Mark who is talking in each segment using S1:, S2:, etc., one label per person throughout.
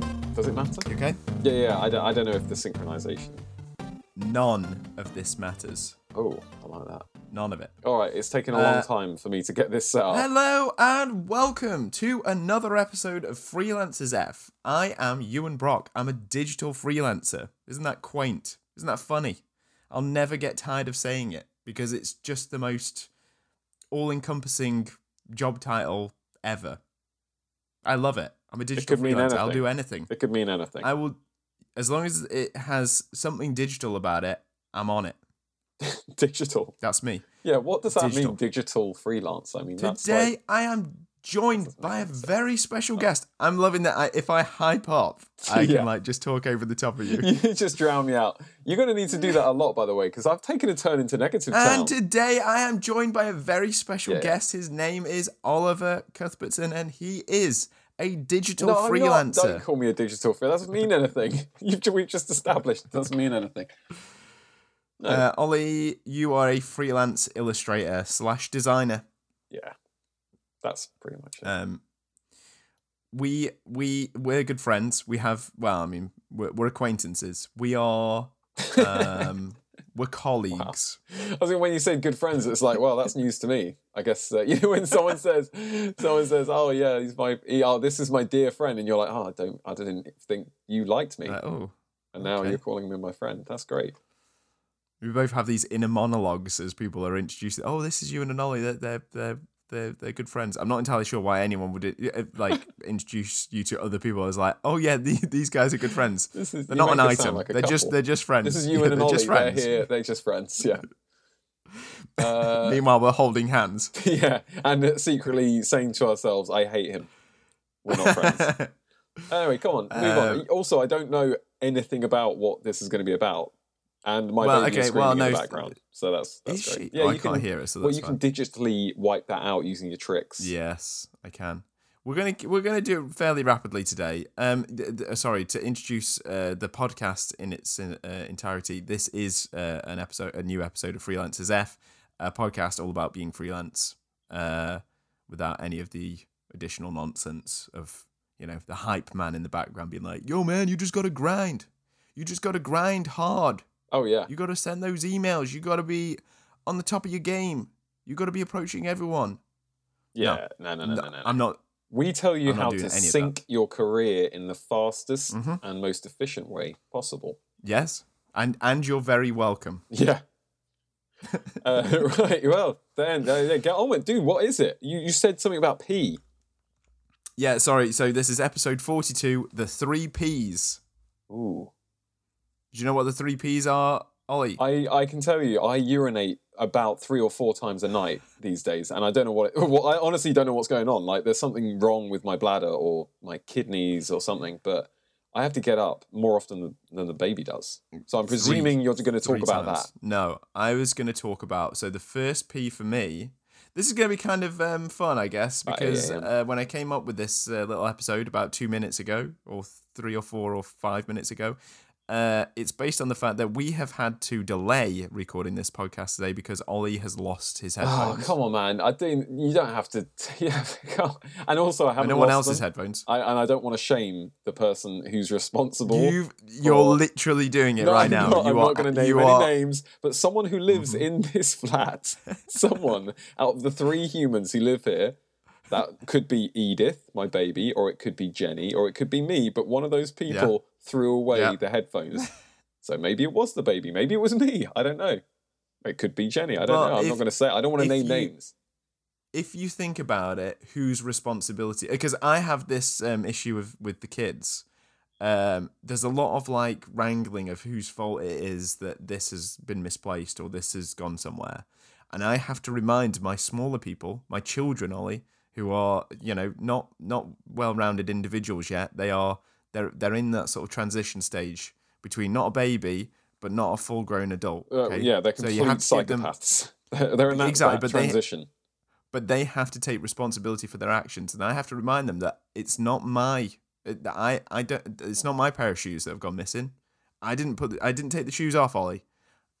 S1: matter?
S2: You okay?
S1: Yeah, yeah. I don't, I don't know if the synchronization.
S2: None of this matters.
S1: Oh, I like that.
S2: None of it.
S1: All right, it's taken a
S2: Uh,
S1: long time for me to get this set up.
S2: Hello and welcome to another episode of Freelancers F. I am Ewan Brock. I'm a digital freelancer. Isn't that quaint? Isn't that funny? I'll never get tired of saying it because it's just the most all encompassing job title ever. I love it. I'm a digital
S1: could mean
S2: freelancer. I'll
S1: anything.
S2: do anything.
S1: It could mean anything.
S2: I will, as long as it has something digital about it, I'm on it.
S1: digital.
S2: That's me.
S1: Yeah, what does that
S2: Digital.
S1: mean, digital freelance? I mean, that's
S2: Today
S1: like,
S2: I am
S1: That
S2: joined
S1: doesn't
S2: by a
S1: make sense.
S2: very special guest. I'm loving that. I, if I hype up, I
S1: Yeah.
S2: can like just talk over the top of you.
S1: you just drown me out. You're going to need to do that a lot, by the way, because I've taken a turn into negative town.
S2: And today I am joined by a very special
S1: Yeah.
S2: guest. His name is Oliver Cuthbertson, and he is a digital
S1: No, I'm not.
S2: freelancer.
S1: Don't call me a digital freelancer. That doesn't mean anything. You've, ju- we've just established it doesn't mean anything. No.
S2: Uh, Ollie, you are a freelance illustrator slash designer.
S1: yeah, that's pretty much it.
S2: Um, we we we're good friends. We have well, I mean, we're, we're acquaintances. We are um, we're colleagues.
S1: I was thinking when you said good friends, it's like, well, that's news to me. I guess uh, you know, when someone says, someone says, oh yeah, he's my, he, oh, this is my dear friend, and you're like, oh, I don't, I didn't think you liked me,
S2: Like, oh,
S1: and now
S2: okay.
S1: you're calling me my friend. That's great.
S2: we both have these inner monologues as people are introduced. Oh, this is you and Anoli. They're they're they're they're, they're good friends. I'm not entirely sure why anyone would uh, like introduce you to other people as like, oh yeah, the, these guys are good friends.
S1: This is
S2: They're
S1: you
S2: not an
S1: make us
S2: item.
S1: sound like a
S2: they're just
S1: couple.
S2: they're just friends.
S1: This is you
S2: Yeah,
S1: and an
S2: they're
S1: Ollie.
S2: just
S1: They're
S2: friends.
S1: here. They're just friends. Yeah. Uh,
S2: Meanwhile, we're holding hands.
S1: yeah, and secretly saying to ourselves, "I hate him." We're not friends. Anyway, come on, move on.
S2: Um,
S1: Also, I don't know anything about what this is going to be about, and my
S2: Well,
S1: baby is
S2: okay,
S1: screaming
S2: well,
S1: in
S2: no,
S1: the background, so that's
S2: is
S1: that's
S2: she?
S1: great. Yeah,
S2: oh, I
S1: you
S2: can't
S1: can.
S2: hear it. So
S1: Well,
S2: that's
S1: you
S2: fine.
S1: can digitally wipe that out using your tricks.
S2: Yes, I can. We're gonna we're gonna do it fairly rapidly today. Um, d- d- uh, sorry to introduce uh, the podcast in its uh, entirety. This is uh, an episode, a new episode of Freelancers F, a podcast all about being freelance, uh, without any of the additional nonsense of you know the hype man in the background being like, "Yo, man, you just gotta grind. You just gotta grind hard.
S1: Oh yeah,
S2: You got to send those emails. You got to be on the top of your game. You got to be approaching everyone."
S1: yeah. No, no, no, no, no. no.
S2: I'm not.
S1: we tell you
S2: I'm not
S1: how
S2: doing
S1: to
S2: any of that.
S1: sync your career in the fastest
S2: Mhm.
S1: and most efficient way possible.
S2: Yes, and and you're very welcome.
S1: Yeah. uh, right. Well, then uh, yeah, get on with. Dude, what is it? You you said something about pee.
S2: Yeah, sorry. So this is episode forty-two, the three Ps.
S1: Ooh.
S2: Do you know what the three Ps are, Ollie?
S1: I, I can tell you, I urinate about three or four times a night these days, and I don't know what. It, well, I honestly don't know what's going on. Like, there's something wrong with my bladder or my kidneys or something. But I have to get up more often than, than the baby does. So I'm presuming you you're going to talk
S2: Three
S1: about
S2: times. No, I was going to talk about. So the first P for me. This is going to be kind of um, fun, I guess,
S1: Right,
S2: because
S1: yeah, yeah.
S2: Uh, when I came up with this uh, little episode about two minutes ago, or three or four or five minutes ago, uh, it's based on the fact that we have had to delay recording this podcast today because Ollie has lost his
S1: that. Oh,
S2: headphones.
S1: come on, man! I didn't. You don't have to. Yeah, come on. and also I
S2: and
S1: haven't.
S2: no one
S1: lost
S2: else's
S1: them.
S2: headphones.
S1: I, and I don't want to shame the person who's responsible.
S2: You've, you're literally doing it
S1: No,
S2: right
S1: I'm
S2: now.
S1: Not,
S2: you
S1: I'm
S2: are,
S1: not going to name
S2: you
S1: any
S2: are, Mm-hmm.
S1: names, but someone who lives in this flat, someone out of the three humans who live here, that could be Edith, my baby, or it could be Jenny, or it could be me, but one of those people threw away
S2: Yeah.
S1: the headphones. So maybe it was the baby, maybe it was me. I don't know. It could be Jenny. I don't
S2: Well,
S1: know. I'm
S2: if-
S1: not going to say. it. I don't want to
S2: if
S1: name
S2: you-
S1: names.
S2: If you think about it, whose responsibility? Because I have this um, issue with, with the kids. Um, there's a lot of like wrangling of whose fault it is that this has been misplaced or this has gone somewhere. And I have to remind my smaller people, my children, Ollie, who are you know not not well-rounded individuals yet. They are they're they're in that sort of transition stage between not a baby but not a full-grown adult.
S1: Uh,
S2: okay?
S1: yeah, they're
S2: So
S1: complete
S2: you have to give them-
S1: psychopaths. They're in that,
S2: Exactly,
S1: that
S2: but they-
S1: transition.
S2: but they have to take responsibility for their actions and i have to remind them that it's not my uh, that i i don't it's not my pair of shoes that have gone missing i didn't put the, i didn't take the shoes off ollie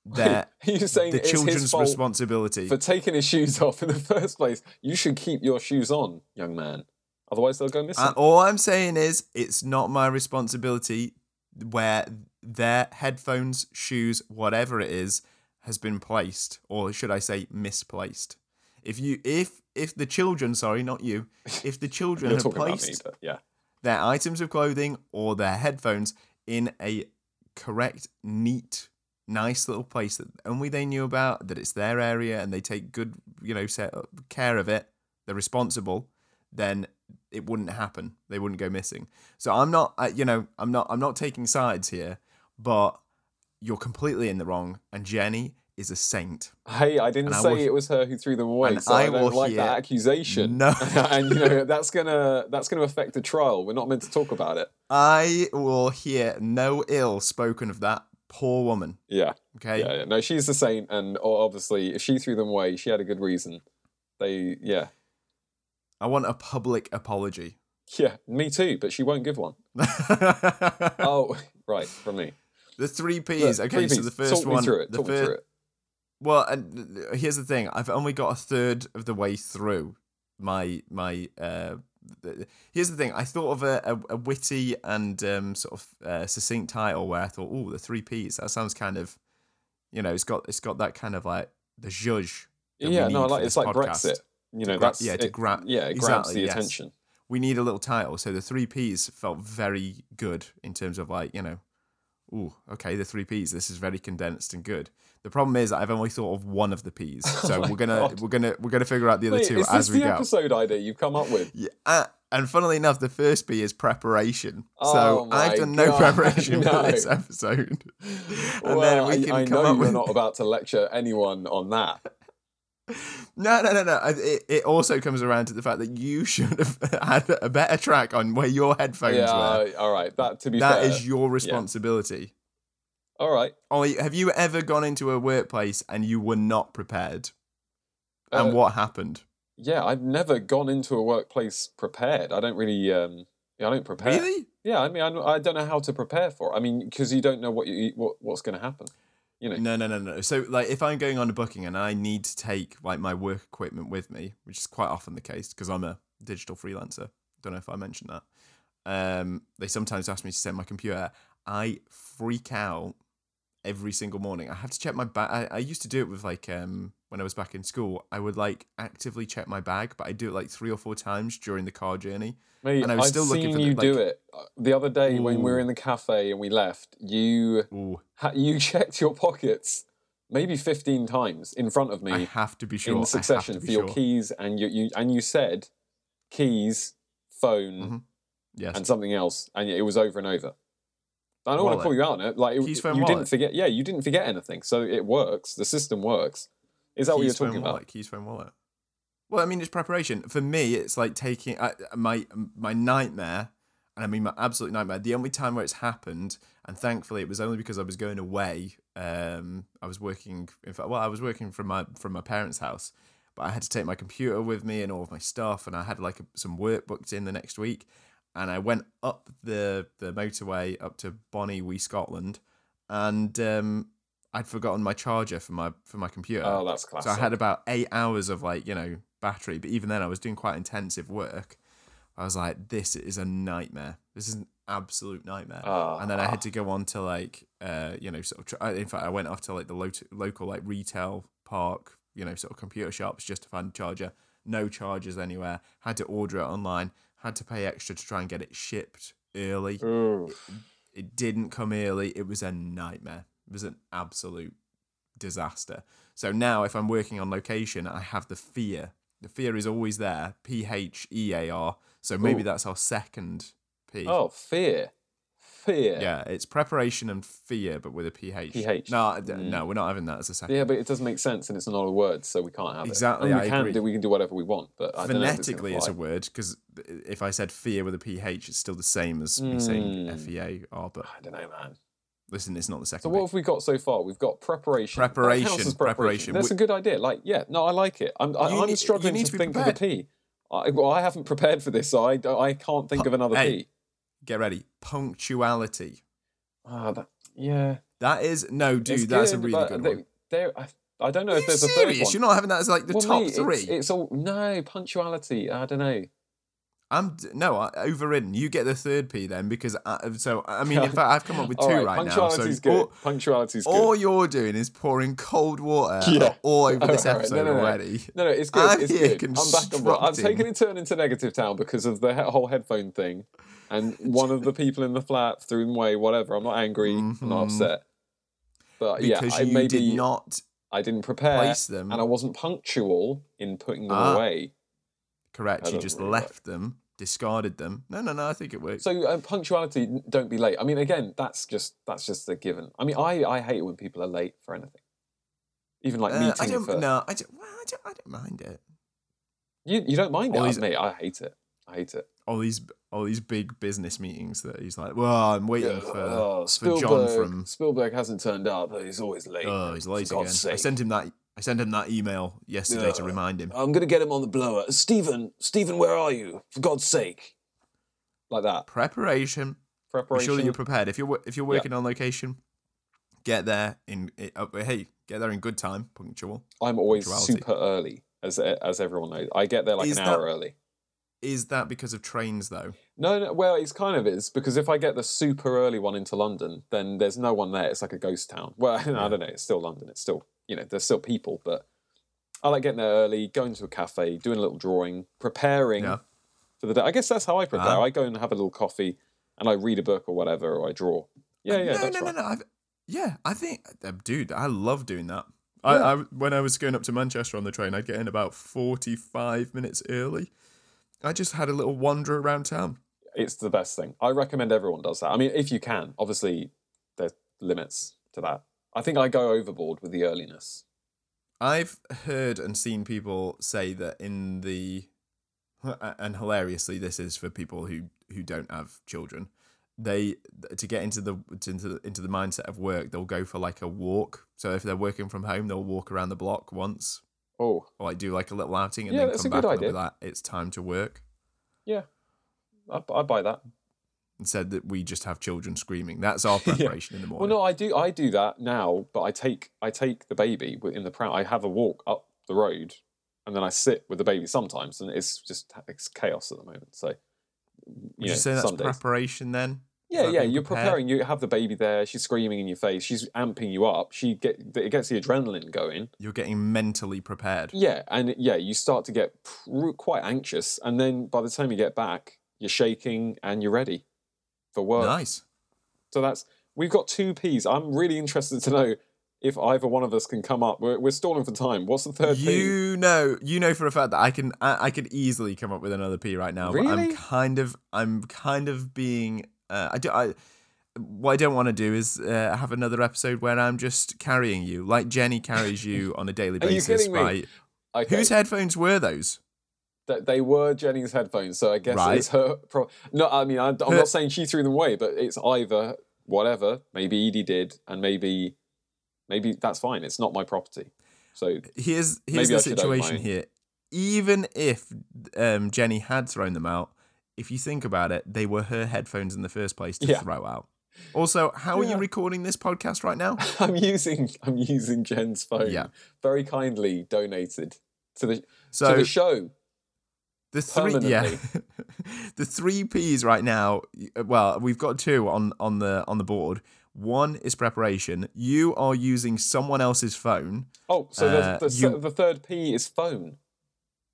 S2: they're
S1: Are you saying
S2: the
S1: it's his
S2: children's
S1: fault
S2: responsibility
S1: for taking his shoes off in the first place. You should keep your shoes on, young man. Otherwise, they'll go missing.
S2: And all I'm saying is, it's not my responsibility where their headphones, shoes, whatever it is, has been placed, or should I say, misplaced. If you, if if the children, sorry, not you, if the children
S1: You're
S2: have
S1: talking about
S2: placed
S1: me, but yeah.
S2: their items of clothing or their headphones in a correct, neat, nice little place that only they knew about, that it's their area and they take good, you know, set care of it, they're responsible, then it wouldn't happen. They wouldn't go missing. So I'm not, I- you know, I'm not, I'm not taking sides here, but you're completely in the wrong. And Jenny is a saint.
S1: Hey, I didn't
S2: And I
S1: say
S2: will-
S1: it was her who threw them away.
S2: and
S1: So I,
S2: I
S1: don't
S2: will
S1: like
S2: hear
S1: that accusation.
S2: no-
S1: and you know that's gonna that's gonna affect the trial. We're not meant to talk about it.
S2: I will hear no ill spoken of that poor woman.
S1: Yeah,
S2: Okay.
S1: yeah, yeah. No, she's the saint, and o- obviously, if she threw them away, she had a good reason. They, yeah,
S2: I want a public apology.
S1: yeah. Me too, but she won't give one.
S2: the
S1: Oh, right, from me.
S2: three P's.
S1: Look,
S2: okay,
S1: three
S2: so
S1: Ps.
S2: the first
S1: Talk me
S2: one.
S1: through it.
S2: The
S1: Talk me
S2: fir-
S1: through it.
S2: Well, and th- here's the thing. I've only got a third of the way through my my. Uh, th- here's the thing. I thought of a, a, a witty and um, sort of uh, succinct title where I thought, "Oh, the three P's." That sounds kind of, you know, it's got it's got that kind of like the zhuzh. that we
S1: Yeah, no, I
S2: need for
S1: like it's
S2: this
S1: like
S2: podcast.
S1: Brexit. You know,
S2: gra-
S1: that's
S2: yeah, to
S1: it-
S2: gra-
S1: yeah, it grabs
S2: exactly,
S1: the
S2: yes.
S1: attention.
S2: we need a little title. So the three P's felt very good in terms of like, you know, ooh, okay, the three P's. This is very condensed and good. The problem is I've only thought of one of the P's. So
S1: Oh my
S2: we're gonna
S1: God.
S2: we're gonna we're gonna figure out the other
S1: Wait,
S2: two
S1: is this
S2: as we
S1: the
S2: go.
S1: episode idea you've come up with?
S2: Yeah, uh, and funnily enough, the first P is preparation.
S1: Oh
S2: so I've
S1: my
S2: done no
S1: God,
S2: preparation
S1: no.
S2: for this episode. And
S1: well,
S2: then we
S1: I-
S2: can
S1: I,
S2: come
S1: know
S2: up
S1: you're
S2: with
S1: not about to lecture anyone on that.
S2: No, no, no, no. I- It, it also comes around to the fact that you should have had a better track on where your headphones
S1: Yeah,
S2: were.
S1: uh, all right. That to be
S2: That
S1: fair,
S2: is your responsibility.
S1: all right.
S2: Ollie, have you ever gone into a workplace and you were not prepared?
S1: Uh,
S2: and what happened?
S1: Yeah, I've never gone into a workplace prepared. I don't really. Um, yeah, I don't prepare.
S2: Really?
S1: Yeah, I mean, I, don't- I don't know how to prepare for. it. I mean, because you don't know what you what, what's going to happen. You know.
S2: No, no, no, no. So, like, if I'm going on a booking and I need to take like my work equipment with me, which is quite often the case because I'm a digital freelancer. Don't know if I mentioned that. Um, they sometimes ask me to send my computer. I freak out every single morning. I have to check my bag. I, I used to do it with like um when I was back in school. I would like actively check my bag, but I do it like three or four times during the car journey.
S1: Mate,
S2: and I was
S1: I've
S2: still
S1: seen
S2: looking for the-
S1: you do
S2: like-
S1: it Uh, the other day when we were
S2: Ooh.
S1: in the cafe and we left. You
S2: Ooh,
S1: ha- you checked your pockets maybe fifteen times in front of
S2: I
S1: me
S2: have to be sure. I
S1: in
S2: have to
S1: succession
S2: be
S1: for your
S2: sure.
S1: keys and you, you and you said keys, phone,
S2: Mhm. Yes.
S1: and something else, and it was over and over. I don't want to
S2: Wallet.
S1: call you out on it. Like it,
S2: Keys, phone,
S1: you didn't
S2: wallet.
S1: forget. Yeah, you didn't forget anything, so it works. The system works. Is that what you're
S2: Keys phone
S1: talking about?
S2: Wallet, keys phone wallet. Well, I mean, it's preparation. For me, it's like taking I, my my nightmare, and I mean my absolute nightmare. The only time where it's happened, and thankfully it was only because I was going away. Um, I was working. In fact, well, I was working from my from my parents' house, but I had to take my computer with me and all of my stuff, and I had like some work booked in the next week, and I went up the the motorway up to Bonnie, Wee Scotland, and um, I'd forgotten my charger for my for my computer.
S1: Oh, that's classic.
S2: So I had about eight hours of like, you know, battery. But even then, I was doing quite intensive work. I was like, this is a nightmare. This is an absolute nightmare.
S1: Ah.
S2: and then I had to go on to like, uh, you know, sort of, tr- I- in fact, I went off to like the lo- local like retail park, you know, sort of computer shops just to find a charger. No chargers anywhere. Had to order it online. Had to pay extra to try and get it shipped early.
S1: Ah, Ooh.
S2: It didn't come early. It was a nightmare. It was an absolute disaster. So now, if I'm working on location, I have the fear. The fear is always there. P H E A R. So maybe
S1: Ooh.
S2: that's our second P.
S1: Oh, fear, fear.
S2: Yeah, it's preparation and fear, but with a PH.
S1: PH.
S2: No, I- no, we're not having that as a second.
S1: Mm. Yeah, but it doesn't make sense, and it's not a word, so we can't have
S2: Exactly,
S1: it. And we
S2: I
S1: can
S2: agree.
S1: do. We can do whatever we want, but I don't know if it's gonna
S2: Phonetically, it's a
S1: fly.
S2: word because if I said fear with a PH, it's still the same as me saying F E A R. But
S1: I don't know, man.
S2: listen, it's not the second.
S1: Mm. So what
S2: P.
S1: have we got so far? We've got preparation. That
S2: Preparation,
S1: counts as
S2: preparation.
S1: That's
S2: We-
S1: a good idea. Like, yeah, no, I like it. I'm, I,
S2: You
S1: I'm
S2: need-
S1: struggling
S2: you need
S1: to,
S2: to be
S1: think of a P. I, well, I haven't prepared for this, so I, don't- I can't think of another
S2: Hey.
S1: P.
S2: Get ready. Punctuality.
S1: Ah, that, yeah,
S2: That is no, dude.
S1: it's
S2: that's a really
S1: but
S2: good
S1: they-
S2: one.
S1: they're- I, I don't know
S2: Are
S1: if
S2: you
S1: there's a third
S2: serious?
S1: one.
S2: You're not having that as like the
S1: Well,
S2: top
S1: mate,
S2: three.
S1: It's, it's all no punctuality. I don't know.
S2: I'm d- no I, overridden. You get the third P then because I, so I mean in fact I've come up with two
S1: All
S2: right,
S1: right,
S2: now. So
S1: punctuality's
S2: all,
S1: good. Punctuality's good.
S2: all you're doing is pouring cold water
S1: Yeah.
S2: all over
S1: All
S2: this
S1: right,
S2: episode
S1: no, no, no.
S2: already.
S1: No, no, it's good.
S2: I'm
S1: it's
S2: here
S1: good. I'm back on board. I've
S2: constructing.
S1: taken a turn into negative town because of the he- whole headphone thing, and one of the people in the flat threw them away. Whatever. I'm not angry. I'm not
S2: Mhm.
S1: upset. But
S2: Because
S1: Uh, yeah, I
S2: you
S1: maybe
S2: did not
S1: I didn't prepare,
S2: place them.
S1: and I wasn't punctual in putting them
S2: Ah.
S1: away.
S2: Correct.
S1: I
S2: You
S1: don't
S2: just
S1: really like-
S2: left them, discarded them. No, no, no. I think it works.
S1: So uh, punctuality, n- don't be late. I mean, again, that's just that's just a given. I mean, I I hate it when people are late for anything, even like
S2: Uh,
S1: meeting.
S2: I don't.
S1: for,
S2: No, I don't, well, I don't. I don't mind it.
S1: You you don't mind it,
S2: Or
S1: I
S2: is-
S1: me. I hate it. I hate it.
S2: All these, all these big business meetings that he's like, well, I'm waiting for.
S1: Oh,
S2: for John
S1: Spielberg,
S2: from-
S1: Spielberg hasn't turned up. He's always late.
S2: oh, he's late
S1: For
S2: again.
S1: God's
S2: I
S1: sake.
S2: sent him that. I sent him that email yesterday to
S1: Yeah. Uh,
S2: remind him.
S1: I'm gonna get him on the blower. Stephen, Stephen, where are you? For God's sake, like that
S2: Preparation. I'm
S1: preparation.
S2: sure that you're prepared. If you're wo- if you're working on location, get there in. It, uh, hey, get there in good time. Punctual.
S1: I'm always
S2: punctuality.
S1: super early, as as everyone knows. I get there like
S2: Is
S1: an
S2: that-
S1: hour early.
S2: Is that because of trains though?
S1: No, no, well, it's kind of is because if I get the super early one into London, then there's no one there. It's like a ghost town. Well, I don't know. It's still London. It's still you know there's still people, but I like getting there early, going to a cafe, doing a little drawing, preparing
S2: Yeah.
S1: for the day. I guess that's how I prepare.
S2: Ah.
S1: I go and have a little coffee, and I read a book or whatever, or I draw. Yeah, yeah,
S2: Oh, no,
S1: that's
S2: no,
S1: right.
S2: no, no. I've, yeah, I think, uh, dude, I love doing that. I, I when I was going up to Manchester on the train, I'd get in about forty-five minutes early. I just had a little wander around town.
S1: It's the best thing. I recommend everyone does that. I mean, if you can, obviously there's limits to that. I think I go overboard with the earliness.
S2: I've heard and seen people say that in the, and hilariously, this is for people who who don't have children. They to get into the into the, into the mindset of work, they'll go for like a walk. So if they're working from home, they'll walk around the block once
S1: Oh,
S2: or like do like a little outing and
S1: Yeah,
S2: then
S1: that's
S2: come
S1: a good
S2: back and
S1: idea.
S2: they'll be like, it's time to work.
S1: I, I buy that.
S2: And said that we just have children screaming. That's our preparation in the
S1: Well,
S2: morning.
S1: no, I do. I do that now, but I take I take the baby in the pram. I have a walk up the road, and then I sit with the baby sometimes, and it's just it's chaos at the moment. So, you
S2: Would
S1: know,
S2: you say that's
S1: some days.
S2: preparation then?
S1: yeah,
S2: that
S1: yeah.
S2: being
S1: You're
S2: prepared?
S1: preparing. You have the baby there. She's screaming in your face. She's amping you up. She get it gets the adrenaline going.
S2: You're getting mentally prepared.
S1: Yeah, and yeah, you start to get pr- quite anxious, and then by the time you get back, you're shaking and you're ready for work.
S2: Nice.
S1: So that's we've got two P's. I'm really interested to know if either one of us can come up. We're, we're stalling for time. What's the third P?
S2: You know, you know for a fact that I can, I, I could easily come up with another P right now. But I'm
S1: Really?
S2: kind of, I'm kind of being, uh, I do, I, what I don't want to do is uh, have another episode where I'm just carrying you, like Jenny carries you on a daily
S1: Are you
S2: basis.
S1: kidding me?
S2: Right?
S1: Okay.
S2: Whose headphones were those?
S1: Th- they were Jenny's headphones, so I guess
S2: Right.
S1: it's her. Pro- no, I mean I, am
S2: Her-
S1: not saying she threw them away, but it's either whatever. Maybe Edie did, and maybe maybe that's fine. It's not my property. So
S2: here's here's
S1: Maybe I
S2: the
S1: should own
S2: situation
S1: mine.
S2: here. Even if um, Jenny had thrown them out, if you think about it, they were her headphones in the first place to
S1: Yeah.
S2: throw out. Also, how are
S1: Yeah.
S2: you recording this podcast right now?
S1: I'm using I'm using Jen's phone.
S2: Yeah.
S1: Very kindly donated to the
S2: So
S1: to the show.
S2: the three, yeah, the three P's right now. uh, Well, we've got two on on the on the board. One is preparation. You are using someone else's phone.
S1: Oh, so
S2: Uh,
S1: there's the,
S2: you-
S1: the third P is phone.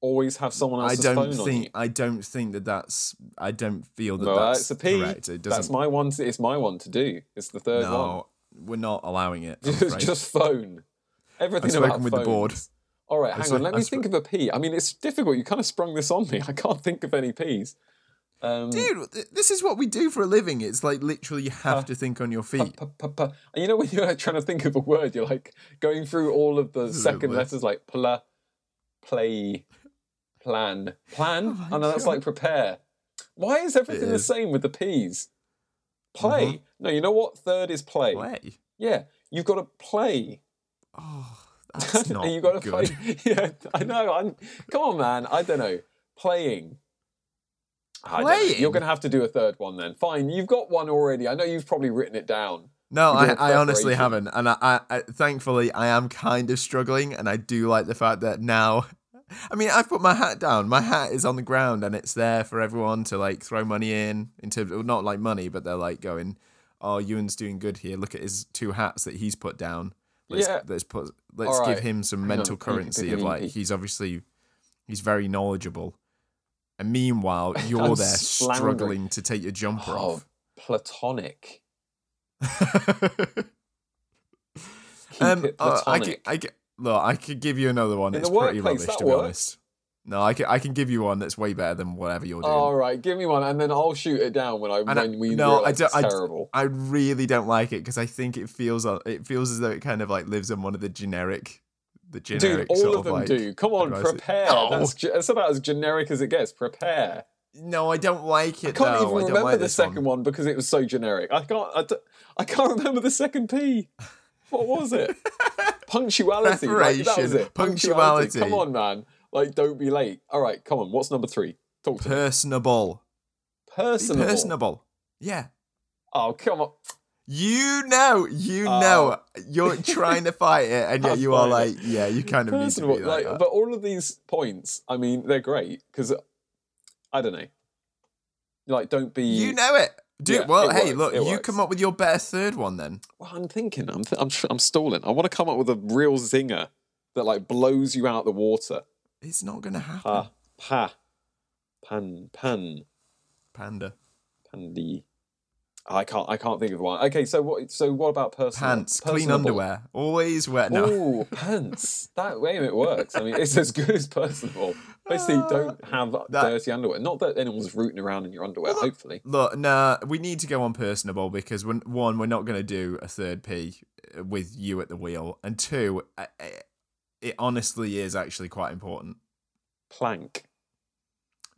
S1: Always have someone
S2: I
S1: else's
S2: don't
S1: phone on
S2: think.
S1: you.
S2: I don't think that that's. I don't feel that
S1: No,
S2: that's
S1: that's a P.
S2: correct. It doesn't.
S1: That's my one. To, it's my one to do. It's the third
S2: no, we're not allowing it. I'm
S1: one. It's
S2: afraid.
S1: just phone. Everything
S2: I've spoken
S1: about
S2: with the board.
S1: phones. All right, hang
S2: sp-
S1: on. Let
S2: I've
S1: me
S2: sp-
S1: think of a P. I mean, it's difficult. You kind of sprung this on me. I can't think of any P's. Um,
S2: dude th- this is what we do for a living it's like literally you have to think on your feet
S1: p- p- p- and you know when you're trying to think of a word, you're like going through all of the second
S2: words.
S1: letters, like pla, play, plan, plan.
S2: Oh, my
S1: and then that's
S2: God.
S1: like prepare. Why is everything the
S2: is. Mm-hmm.
S1: same with the P's? Play. No, you know what? Third is play.
S2: play
S1: Yeah, you've got to play.
S2: oh that's not
S1: you got to
S2: good
S1: play. Yeah, I know. I'm, come on, man. I don't know. Playing. I don't know.
S2: Playing?
S1: You're going to have to do a third one then. Fine. You've got one already. I know you've probably written it down.
S2: no
S1: You
S2: I,
S1: got
S2: I honestly
S1: preparation.
S2: haven't and I, I, I thankfully i am kind of struggling and i do like the fact that now I mean, I've put my hat down. My hat is on the ground and it's there for everyone to like throw money in, in terms of not like money, but they're like going, oh, Ewan's doing good here. Look at his two hats that he's put down. Let's,
S1: Yeah.
S2: let's put, let's
S1: All
S2: give
S1: right.
S2: him some
S1: Hang
S2: mental
S1: on.
S2: currency of like, he's obviously, he's very knowledgeable. And meanwhile, you're
S1: I'm
S2: there
S1: floundering.
S2: struggling to take your jumper
S1: Oh, platonic.
S2: off.
S1: Keep
S2: Um,
S1: it
S2: uh, I,
S1: platonic.
S2: could, I, could, look, I could give you another one.
S1: In
S2: It's
S1: the
S2: pretty
S1: workplace,
S2: rubbish,
S1: that
S2: to be
S1: works.
S2: honest. No, I can, I can give you one that's way better than whatever you're doing.
S1: All right, give me one, and then I'll shoot it down when I
S2: And I-
S1: when we
S2: no, I
S1: realize
S2: don't-
S1: it's
S2: I d-
S1: terrible.
S2: I really don't like it because I think it feels uh, it feels as though it kind of like lives on one of the generic, the
S1: Dude,
S2: generic
S1: all
S2: sort
S1: of them
S2: like,
S1: do. Come on,
S2: advice.
S1: prepare.
S2: No.
S1: That's, ge- that's about as generic as it gets. Prepare.
S2: No, I don't like it.
S1: I can't even
S2: though. I don't
S1: remember
S2: like
S1: the
S2: this
S1: second one. because it was so generic. I can't. I, d- I can't remember the second P. What was it? Punctuality. Like, that was
S2: Preparation.
S1: it.
S2: Punctuality.
S1: Come on, man. Like, don't be late. All right, come on. What's number three? Talk to me.
S2: Personable. Be
S1: Personable.
S2: Personable. Yeah.
S1: Oh, come on.
S2: You know, you
S1: Oh.
S2: know, you're trying to fight it, and yet
S1: That's
S2: you are
S1: fine.
S2: like, yeah, you kind of need to
S1: personable.
S2: be like, that.
S1: but all of these points, I mean, they're great because I don't know. Like, don't be.
S2: You know it. Dude,
S1: Yeah,
S2: well,
S1: it
S2: hey,
S1: works,
S2: look,
S1: it
S2: you
S1: works.
S2: come up with your better third one then.
S1: well, I'm thinking. I'm, th- I'm, tr- I'm stalling. I want to come up with a real zinger that like blows you out the water.
S2: It's not going to happen.
S1: Pa, pa, pan, pan,
S2: Panda.
S1: pandy. I can't. I can't think of one. Okay, so what? So what about personal
S2: Pants. Clean
S1: personable?
S2: underwear. Always wear. No.
S1: Ooh, pants. That way it works. I mean, it's as good as personal. Basically, don't have
S2: Ah, That-
S1: dirty underwear. Not that anyone's rooting around in your underwear. hopefully.
S2: Look, nah, we need to go on personable because, when, one, we're not going to do a third P uh, with you at the wheel. And two, I- I- it honestly is actually quite important.
S1: plank.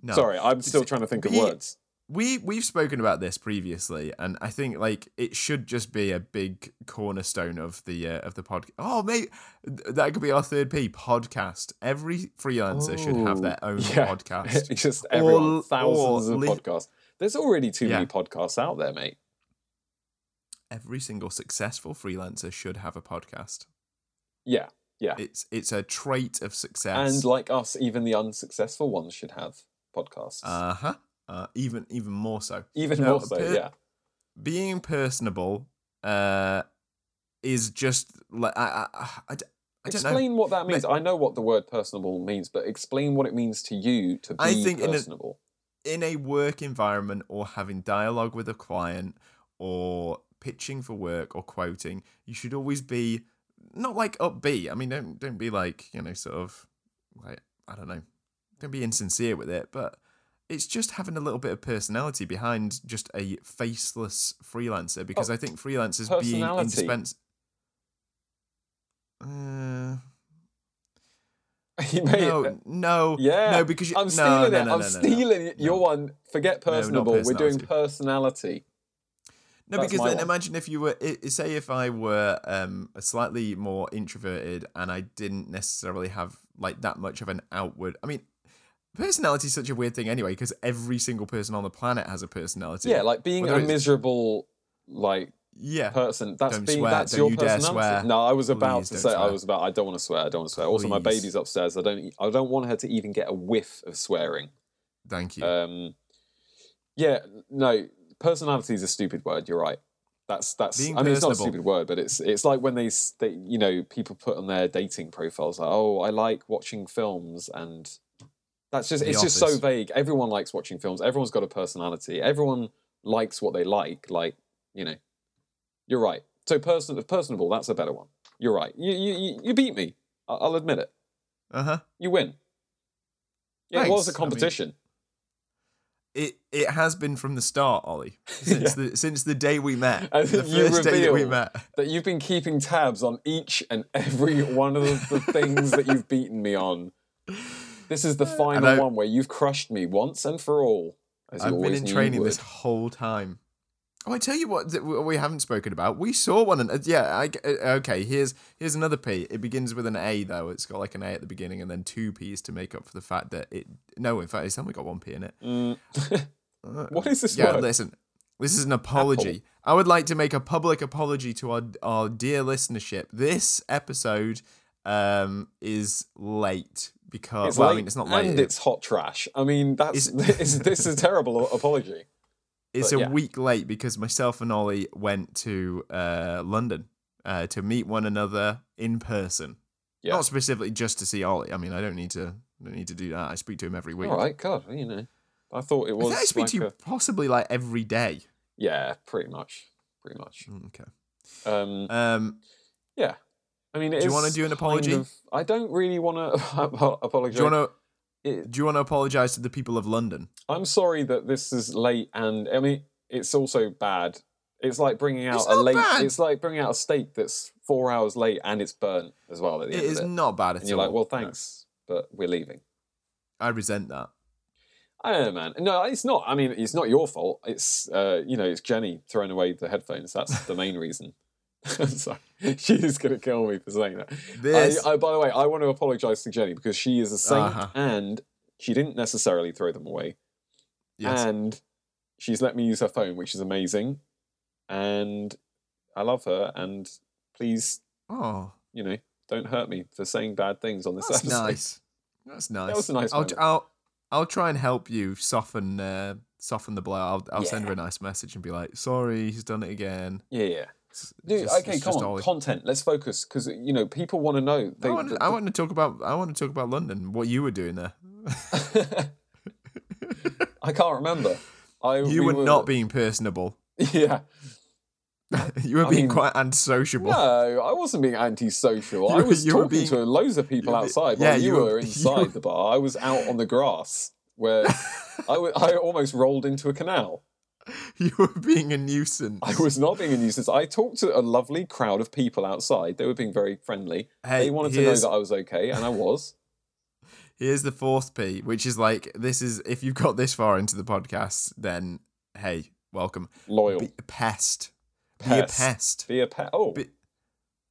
S2: No.
S1: Sorry, I'm still trying to think of
S2: He-
S1: words.
S2: we we've spoken about this previously, and I think like it should just be a big cornerstone of the uh, of the podcast. Oh, mate, th- that could be our third P podcast. Every freelancer should have their
S1: Oh,
S2: own
S1: yeah.
S2: podcast.
S1: It's just everyone,
S2: All-
S1: thousands
S2: all
S1: of
S2: li-
S1: podcasts. There's already too
S2: Yeah.
S1: many podcasts out there, mate.
S2: Every single successful freelancer should have a podcast.
S1: Yeah, yeah.
S2: It's it's a trait of success.
S1: and like us, even the unsuccessful ones should have podcasts.
S2: uh-huh. uh Even even more so,
S1: even
S2: no,
S1: more so,
S2: per-
S1: yeah.
S2: being personable uh is just like I I, I, d- I don't know.
S1: Explain what that means. I know what the word personable means, but explain what it means to you to be
S2: I think in a-
S1: personable.
S2: in a work environment or having dialogue with a client or pitching for work or quoting, you should always be not like upbeat. I mean, don't don't be like you know sort of like I don't know, don't be insincere with it. But it's just having a little bit of personality behind just a faceless freelancer because I think freelancers being
S1: Oh, personality.
S2: indispensable. Uh,
S1: You may-
S2: no, no,
S1: uh, Yeah.
S2: no, because you,
S1: I'm
S2: no,
S1: stealing
S2: no,
S1: it.
S2: no,
S1: I'm
S2: no, no, no.
S1: stealing your one. Forget
S2: No, not
S1: personable. We're doing
S2: personality.
S1: personality.
S2: No,
S1: That's
S2: because
S1: my
S2: then
S1: one.
S2: imagine if you were, i- i- say, if I were um, a slightly more introverted and I didn't necessarily have like that much of an outward. I mean, personality is such a weird thing anyway, because every single person on the planet has a personality.
S1: Yeah, like being
S2: Whether
S1: a
S2: it's-
S1: miserable, like
S2: yeah.
S1: person. That's
S2: Don't
S1: being
S2: swear,
S1: that's
S2: don't
S1: your
S2: you dare
S1: personality.
S2: swear.
S1: No, I was about
S2: Please
S1: to
S2: don't
S1: say I
S2: swear.
S1: was about I don't want to swear, I don't want to swear. Also my
S2: Please.
S1: baby's upstairs. I don't I don't want her to even get a whiff of swearing.
S2: Thank you.
S1: Um Yeah, no, personality is a stupid word, you're right. That's that's
S2: Being
S1: I mean it's not a
S2: personable.
S1: stupid word, but it's it's like when they, s- they you know, people put on their dating profiles like, "Oh, I like watching films and that's just
S2: The
S1: it's just
S2: Office.
S1: so vague. Everyone likes watching films. Everyone's got a personality. Everyone likes what they like. Like you know, you're right. So person personable. That's a better one. You're right. You you you- you beat me. I- I'll admit it.
S2: Uh huh.
S1: You win. It
S2: Thanks.
S1: was
S2: I
S1: a
S2: mean-
S1: competition.
S2: It it has been from the start, Ollie. Since the since the day we met,
S1: And
S2: the
S1: you
S2: first day that we
S1: revealed-
S2: met.
S1: that you've been keeping tabs on each and every one of the things that you've beaten me on. This is the final
S2: I-
S1: one where you've crushed me once and for all. As you
S2: I've been
S1: always
S2: in
S1: knew you
S2: training
S1: would.
S2: this whole time. Oh, I tell you what that w- we haven't spoken about. We saw one, and uh, yeah, I g- uh, okay. Here's here's another P. It begins with an A though. It's got like an A at the beginning, and then two P's to make up for the fact that it. No, in fact, it's only got one P in it.
S1: Mm.
S2: Uh,
S1: What is this
S2: yeah,
S1: word?
S2: listen. This is an apology. I would like to make a public apology to our our dear listenership. This episode um is late because
S1: It's
S2: well, I
S1: late
S2: mean it's not late.
S1: and it's hot trash. I mean, that's is, this is a terrible apology.
S2: it's
S1: but
S2: a
S1: yeah.
S2: week late because myself and Ollie went to uh, London uh, to meet one another in person.
S1: Yeah.
S2: Not specifically just to see Ollie. I mean, I don't need to don't need to do that. I speak to him every week.
S1: All right, God, you know, I thought it
S2: I
S1: was.
S2: think I speak
S1: like
S2: to you
S1: a-
S2: possibly like every day. Mm,
S1: yeah, pretty much, pretty much.
S2: Okay.
S1: Um,
S2: Um,
S1: I mean, it
S2: do you
S1: is
S2: wanna do an
S1: kind
S2: apology?
S1: of- I don't really want to apologize.
S2: do you want to
S1: It-
S2: do you want to apologize to the people of London?
S1: I'm sorry that this is late, and I mean, it's also bad. It's like bringing out
S2: It's
S1: a
S2: not
S1: late.
S2: bad.
S1: It's like bringing out a steak that's four hours late and it's burnt as well at the
S2: It
S1: end
S2: is
S1: of it.
S2: not bad at
S1: And you're
S2: all.
S1: like, well,
S2: No.
S1: thanks, but we're leaving.
S2: I resent that.
S1: I don't know, man. No, it's not. I mean, it's not your fault. It's uh, you know, it's Jenny throwing away the headphones. That's the main reason. I'm sorry. She's gonna kill me for saying that.
S2: This
S1: I, I, by the way, I want to apologise to Jenny because she is a saint
S2: Uh-huh.
S1: and she didn't necessarily throw them away.
S2: yes.
S1: And she's let me use her phone, which is amazing. And I love her. And please,
S2: oh,
S1: you know, don't hurt me for saying bad things on this
S2: that's
S1: episode.
S2: nice. That's nice.
S1: That was a nice
S2: I'll,
S1: moment.
S2: I'll I'll try and help you soften uh, soften the blow. I'll I'll send
S1: Yeah.
S2: her a nice message and be like, sorry, he's done it again.
S1: Yeah, yeah.
S2: It's-
S1: Dude,
S2: just-
S1: okay,
S2: it's
S1: come
S2: just
S1: on.
S2: all-
S1: Content. Let's focus because you know people want to know. They,
S2: I want, to, I want to talk about I want to talk about London. What you were doing there?
S1: I can't remember. I
S2: You
S1: we
S2: were, not being personable.
S1: Yeah.
S2: you were
S1: I
S2: being
S1: mean-
S2: quite unsociable.
S1: No, I wasn't being antisocial.
S2: You
S1: I
S2: were-
S1: was
S2: you were
S1: talking
S2: being-
S1: to loads of people
S2: you were-
S1: outside
S2: yeah,
S1: while you,
S2: you
S1: were,
S2: were- you
S1: inside
S2: were-
S1: the bar. I was out on the grass where I wa- I almost rolled into a canal.
S2: you were being a nuisance.
S1: I was not being a nuisance. I talked to a lovely crowd of people outside. They were being very friendly.
S2: hey,
S1: they wanted to know
S2: here's,
S1: that I was okay, and I was.
S2: here's the fourth P, which is like this is if you've got this far into the podcast, then hey, welcome.
S1: Loyal.
S2: Be, pest. Be a
S1: Pest.
S2: pest.
S1: Be a pet. Oh,
S2: Be-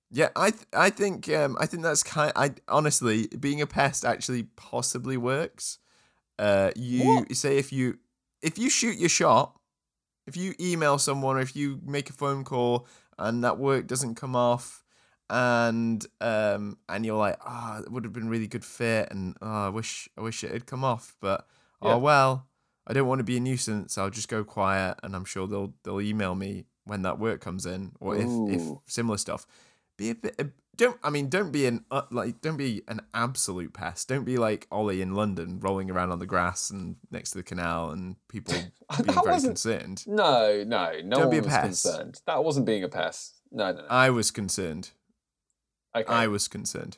S2: Yeah, I th- I think um I think that's kind. I honestly being a pest actually possibly works. Uh, you
S1: What?
S2: say if you if you shoot your shot, if you email someone, or if you make a phone call and that work doesn't come off, and um and you're like, ah, it would have been really good fit, and oh, I wish I wish it had come off, but
S1: Yeah.
S2: oh well, I don't want to be a nuisance. I'll just go quiet, and I'm sure they'll they'll email me when that work comes in, or if if
S1: Ooh.
S2: similar stuff. Be a bit. Don't I mean? Don't be an uh, like. Don't be an absolute pest. Don't be like Ollie in London, rolling around on the grass and next to the canal, and people being
S1: that
S2: very
S1: wasn't.
S2: concerned.
S1: No, no, no
S2: Don't
S1: one
S2: be a
S1: was
S2: pest.
S1: concerned. That wasn't being a pest. No, no, no.
S2: I was concerned.
S1: Okay,
S2: I was concerned.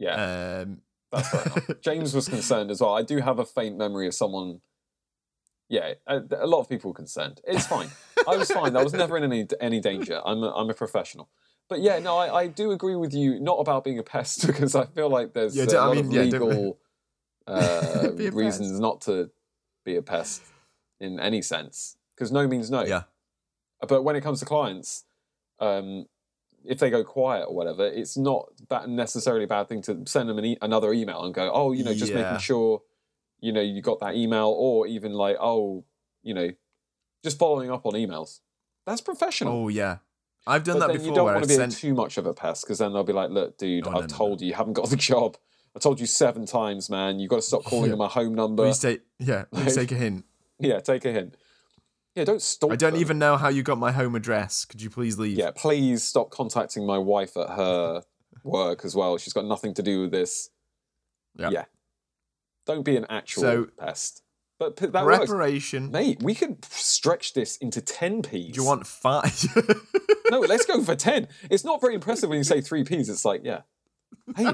S1: yeah.
S2: Um,
S1: That's fair enough. James was concerned as well. I do have a faint memory of someone. Yeah, a, a lot of people were concerned. It's fine. I was fine. I was never in any any danger. I'm a, I'm a professional. But yeah, no, I, I do agree with you. Not about being a pest because I feel like there's
S2: Yeah,
S1: a
S2: don't- I
S1: lot
S2: mean,
S1: of
S2: yeah, don't-
S1: legal uh,
S2: Be a pest.
S1: reasons not to be a pest in any sense. Because no means no.
S2: Yeah.
S1: But when it comes to clients, um, if they go quiet or whatever, it's not that necessarily a bad thing to send them an e- another email and go, oh, you know, just
S2: Yeah.
S1: making sure, you know, you got that email, or even like, oh, you know, just following up on emails. That's professional.
S2: oh yeah, I've done
S1: but
S2: that
S1: then
S2: before.
S1: you don't
S2: where
S1: want to
S2: I've
S1: be
S2: sent,
S1: too much of a pest because then they'll be like, look, dude,
S2: Oh,
S1: I've
S2: no, no, no.
S1: told you, you haven't got the job. I told you seven times, man. You've got to stop calling
S2: Yeah.
S1: them a home number.
S2: please take yeah, please
S1: Like-
S2: take a hint.
S1: Yeah, take a hint. Yeah, don't stalk.
S2: I don't
S1: them.
S2: even know how you got my home address. Could you please leave?
S1: yeah, please stop contacting my wife at her work as well. She's got nothing to do with this.
S2: Yeah.
S1: Don't be an actual
S2: So-
S1: pest. But p- that works.
S2: Reparation.
S1: Mate, we could stretch this into 10 Ps.
S2: Do you want five?
S1: No, let's go for 10. It's not very impressive when you say 3 Ps. It's like, yeah. Hey,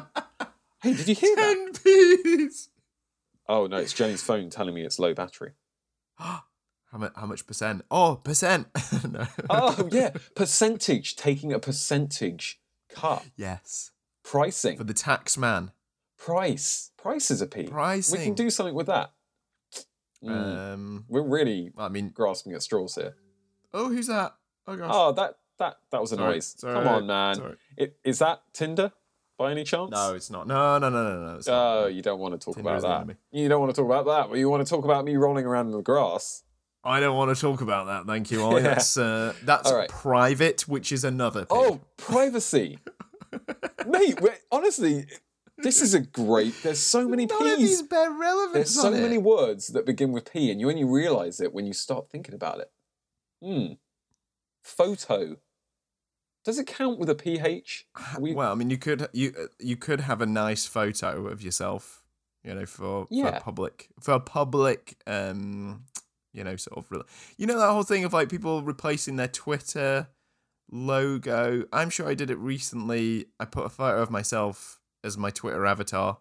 S1: hey, did you hear that?
S2: Ten P's.
S1: Oh, no, it's Jenny's phone telling me it's low battery.
S2: how much? How much percent? Oh, percent. no.
S1: Oh, yeah. Percentage, taking a percentage cut.
S2: Yes.
S1: Pricing.
S2: For the tax man.
S1: Price. Price is a P.
S2: Pricing.
S1: We can do something with that. Mm.
S2: Um.
S1: We're really
S2: I mean.
S1: grasping at straws here.
S2: Oh, who's that? Oh gosh.
S1: Oh, that that that was a
S2: Sorry,
S1: noise.
S2: sorry,
S1: Come on, man.
S2: Sorry.
S1: It, is that Tinder by any chance?
S2: No, it's not. No, no, no, no, no. It's not.
S1: Oh, you don't want to talk
S2: Tinder is the
S1: about that.
S2: enemy.
S1: You don't want to talk about that, but you want to talk about me rolling around in the grass.
S2: I don't want to talk about that. Thank you, Ollie.
S1: Yeah.
S2: That's uh, that's
S1: All right.
S2: private, which is another. Thing.
S1: Oh, privacy, mate. We're, honestly, This is a great. There's so many
S2: None of
S1: P's.
S2: these bear relevance
S1: There's so
S2: on it.
S1: many words that begin with P, and you only realize it when you start thinking about it. Hmm. Photo. Does it count with a PH? We-
S2: Ah, well, I mean, you could you uh, you could have a nice photo of yourself, you know, for
S1: Yeah.
S2: for public for public, um, you know, sort of, rela- you know, that whole thing of like people replacing their Twitter logo. I'm sure I did it recently. I put a photo of myself as my Twitter avatar,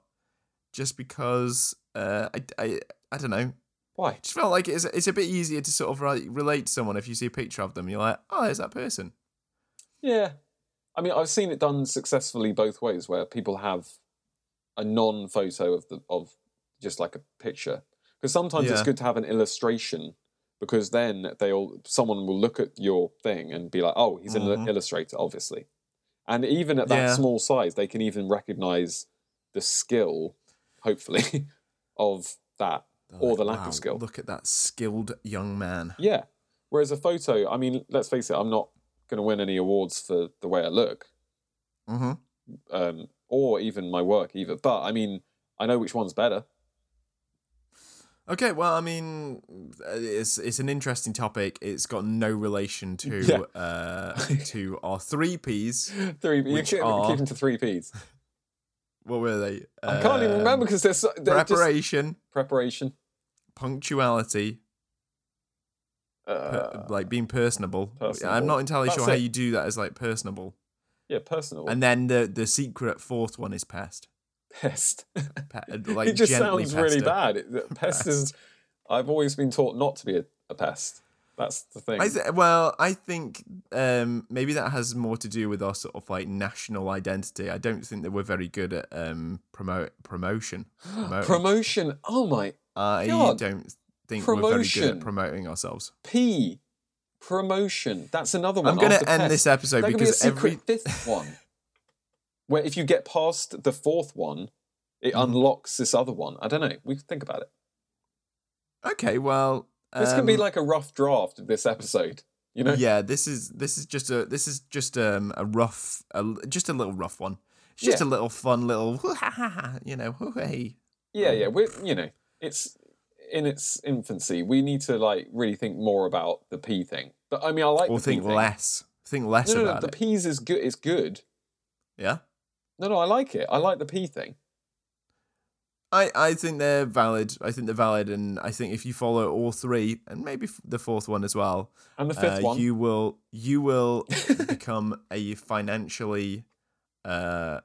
S2: just because uh, I I I don't know.
S1: Why?
S2: Just felt like it's it's a bit easier to sort of like relate to someone if you see a picture of them. You're like, oh, there's that person.
S1: Yeah. I mean, I've seen it done successfully both ways where people have a non photo of the of just like a picture. Because sometimes it's
S2: Yeah.
S1: good to have an illustration because then they'll someone will look at your thing and be like, "Oh, he's an
S2: Mhm.
S1: illustrator, obviously." And even at that
S2: Yeah.
S1: small size, they can even recognize the skill, hopefully, of that.
S2: They're
S1: Or
S2: like,
S1: the lack of
S2: "Wow,
S1: skill."
S2: Look at that skilled young man.
S1: Yeah. Whereas a photo, I mean, let's face it, I'm not going to win any awards for the way I look.
S2: Mm-hmm.
S1: um, or even my work either. But I mean, I know which one's better.
S2: Okay, well, I mean, uh, it's it's an interesting topic. It's got no relation to
S1: Yeah.
S2: uh, to our three Ps.
S1: Three. You
S2: Which
S1: keep,
S2: are-
S1: keep them to three P's.
S2: What were they?
S1: I can't even
S2: Um,
S1: remember because there's so, they're just-
S2: Preparation,
S1: preparation.
S2: punctuality, per-
S1: Uh,
S2: like being personable. I'm
S1: personable.
S2: not entirely
S1: That's
S2: sure how
S1: it. Oh.
S2: you do that as like personable.
S1: yeah, personal.
S2: And then the the secret fourth one is pest.
S1: pest.
S2: Pe- like
S1: it just
S2: gently
S1: sounds really
S2: pester.
S1: bad. It, the pest is. I've always been taught not to be a, a pest. That's the thing.
S2: I th- well, I think um, maybe that has more to do with our sort of like national identity. I don't think that we're very good at um, promote promotion. Promoting.
S1: promotion. Oh my
S2: I
S1: God.
S2: don't think we're very good
S1: Promotion.
S2: at promoting ourselves.
S1: p. Promotion. That's another one.
S2: I'm going
S1: after
S2: to end
S1: pest.
S2: this episode
S1: That could be a
S2: because every
S1: secret fifth one. Where if you get past the fourth one, it
S2: Mhm.
S1: unlocks this other one. I don't know. We can think about it.
S2: okay, well,
S1: This can be
S2: um,
S1: like uh, a rough draft of this episode. You know?
S2: yeah, this is this is just a this is just um a rough a, l- just a little rough one. It's just
S1: Yeah.
S2: a little fun little you know hey
S1: Yeah, yeah. We're you know, it's in its infancy. We need to like really think more about the P thing. But I mean I like
S2: or
S1: the P
S2: think
S1: thing.
S2: less think less
S1: No, no, no,
S2: about
S1: the
S2: it.
S1: P's is good it's good.
S2: yeah.
S1: No, no, I like it. I like the P thing.
S2: I, I think they're valid. I think they're valid, and I think if you follow all three, and maybe f- the fourth one as well,
S1: And the fifth
S2: uh,
S1: one.
S2: you will you will become a financially uh,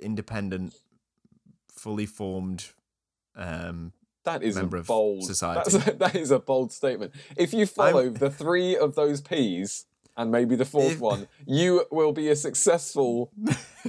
S2: independent, fully formed. Um,
S1: That is a
S2: member of
S1: bold
S2: society.
S1: That's a, that is a bold statement. If you follow the three of those P's and maybe the fourth
S2: If-
S1: one, you will be a successful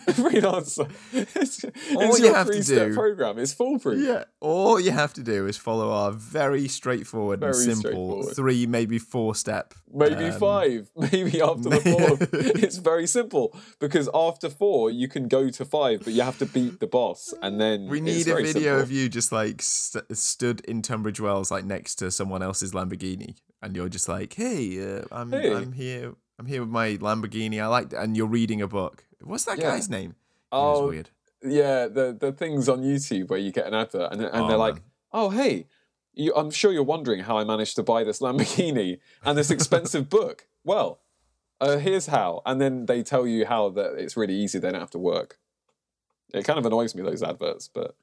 S1: freelancer. It's,
S2: All
S1: it's
S2: you
S1: your
S2: have to
S1: three-step
S2: do-
S1: program. It's foolproof.
S2: yeah. All you have to do is follow our very straightforward and
S1: Very
S2: simple
S1: straightforward.
S2: three, maybe four step.
S1: Maybe
S2: um,
S1: five. Maybe after the fourth, it's very simple because after four you can go to five, but you have to beat the boss, and then
S2: We
S1: it's
S2: need a
S1: very
S2: video
S1: simple.
S2: of you just like st- stood in Tunbridge Wells, like next to someone else's Lamborghini, and you're just like, "Hey, uh, I'm
S1: Hey.
S2: I'm here, I'm here with my Lamborghini. I like," that. and you're reading a book. What's that
S1: Yeah.
S2: guy's name? He was
S1: Oh,
S2: weird.
S1: yeah, the the things on YouTube where you get an advert and, and
S2: Oh,
S1: they're like,
S2: man.
S1: "Oh, hey, you, I'm sure you're wondering how I managed to buy this Lamborghini and this expensive book. Well, uh, here's how." And then they tell you how that it's really easy; they don't have to work. It kind of annoys me those adverts, but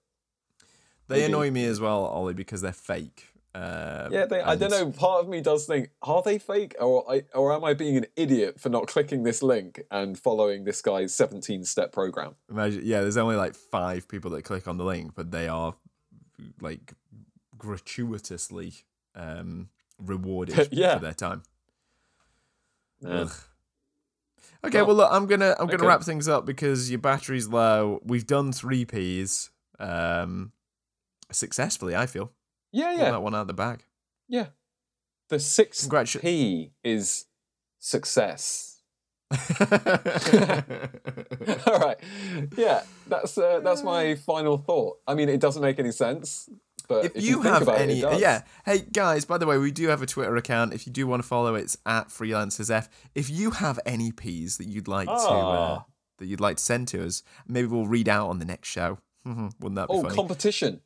S2: They
S1: maybe.
S2: annoy me as well, Ollie, because they're fake. Uh,
S1: yeah, they, I
S2: and-
S1: don't know. Part of me does think, are they fake, or I, or am I being an idiot for not clicking this link and following this guy's 17 step program?
S2: Imagine, yeah, there's only like five people that click on the link, but they are like gratuitously um, rewarded
S1: Yeah.
S2: for their time.
S1: Man.
S2: Ugh. Okay,
S1: Well-
S2: well, look, I'm gonna I'm gonna
S1: Okay.
S2: wrap things up because your battery's low. We've done three P's um, successfully. I feel
S1: Yeah,
S2: Pulled
S1: yeah.
S2: that one out of the bag.
S1: Yeah. The sixth
S2: Congratu-
S1: P is success. All right. Yeah, that's uh, that's my final thought. I mean, it doesn't make any sense, but
S2: if
S1: if
S2: you
S1: think
S2: have
S1: about
S2: any,
S1: it, it does.
S2: yeah. Hey guys, by the way, we do have a Twitter account. If you do want to follow, it's at freelancersf. If you have any P's that you'd like to uh,
S1: Ah.
S2: that you'd like to send to us. Maybe we'll read out on the next show. Wouldn't that be
S1: Oh,
S2: funny?
S1: competition.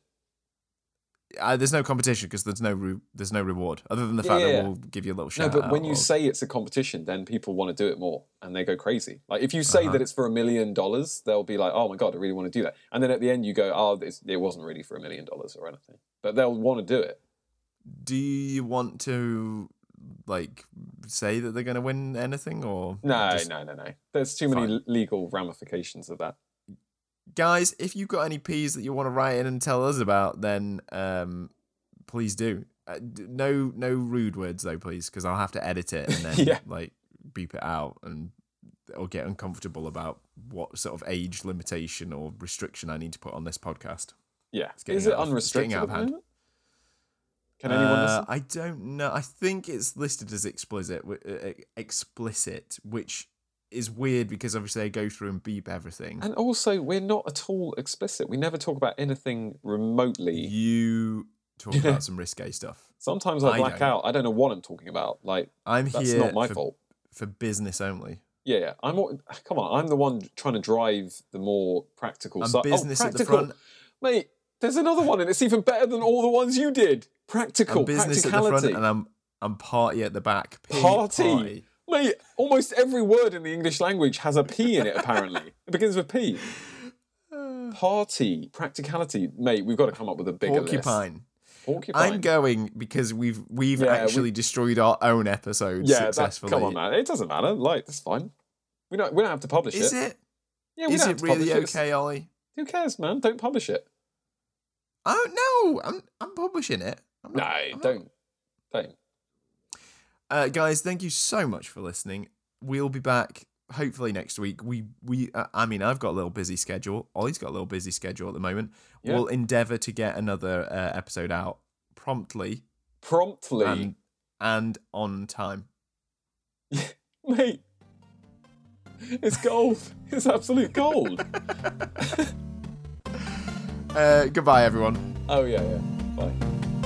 S2: uh, there's no competition because there's no re- there's no reward other than the
S1: Yeah,
S2: fact
S1: yeah,
S2: that
S1: yeah.
S2: we'll give you a little
S1: No,
S2: shout.
S1: but when
S2: out
S1: you
S2: or-
S1: say it's a competition, then people want to do it more and they go crazy. Like if you say
S2: Uh-huh.
S1: that it's for a million dollars, they'll be like, "Oh my god, I really want to do that." And then at the end, you go, "Oh, it's, it wasn't really for a million dollars or anything," but they'll want to do it.
S2: do you want to like say that they're going to win anything or
S1: No,
S2: just-
S1: no, no, no. There's too many l- legal ramifications of that.
S2: guys if you've got any p's that you want to write in and tell us about then um please do uh, d- no no rude words though please because i'll have to edit it and then
S1: Yeah.
S2: like beep it out and or get uncomfortable about what sort of age limitation or restriction i need to put on this podcast
S1: Yeah,
S2: getting
S1: is it
S2: out of- it's
S1: unrestricted?
S2: getting
S1: at
S2: out of
S1: the
S2: hand.
S1: moment? Can anyone
S2: Uh,
S1: listen?
S2: I don't know. I think it's listed as explicit, wi- uh, uh, explicit, which is weird because obviously they go through and beep everything.
S1: And also, we're not at all explicit. We never talk about anything remotely.
S2: you talk about some risque stuff.
S1: Sometimes I
S2: I
S1: black
S2: don't.
S1: out. I don't know what I'm talking about. Like
S2: I'm
S1: that's
S2: here
S1: not my
S2: for,
S1: fault.
S2: for business only.
S1: Yeah, yeah. I'm all, come on. I'm the one trying to drive the more practical
S2: I'm
S1: side.
S2: business
S1: oh,
S2: at the
S1: practical,
S2: front.
S1: mate. There's another one, and it's even better than all the ones you did. Practical,
S2: I'm business at the front,
S1: practicality,
S2: and I'm I'm party at the back. P-
S1: Party. mate. Almost every word in the English language has a P in it. Apparently, it begins with P.
S2: Uh,
S1: Party, practicality, mate. We've got to come up with a bigger list.
S2: Porcupine.
S1: Porcupine.
S2: I'm going because we've we've
S1: Yeah, we-
S2: actually destroyed our own episode
S1: yeah, that,
S2: successfully.
S1: come on, man. It doesn't matter. Like, that's fine. We don't. We don't have to publish
S2: Is
S1: it.
S2: it?
S1: Yeah, we
S2: Is
S1: don't
S2: it
S1: have to publish
S2: really
S1: it. It's-
S2: okay, Ollie?
S1: Who cares, man? Don't publish it.
S2: I don't know. I'm I'm publishing it. I'm
S1: No,
S2: not- I'm not-
S1: don't. Don't.
S2: Uh, guys, thank you so much for listening. We'll be back hopefully next week. We we uh, I mean I've got a little busy schedule. Ollie's got a little busy schedule at the moment.
S1: Yeah.
S2: We'll endeavour to get another uh, episode out promptly
S1: Promptly.
S2: and, and on time.
S1: Mate, it's gold. it's absolute gold.
S2: Uh, goodbye, everyone.
S1: Oh, yeah, yeah. Bye.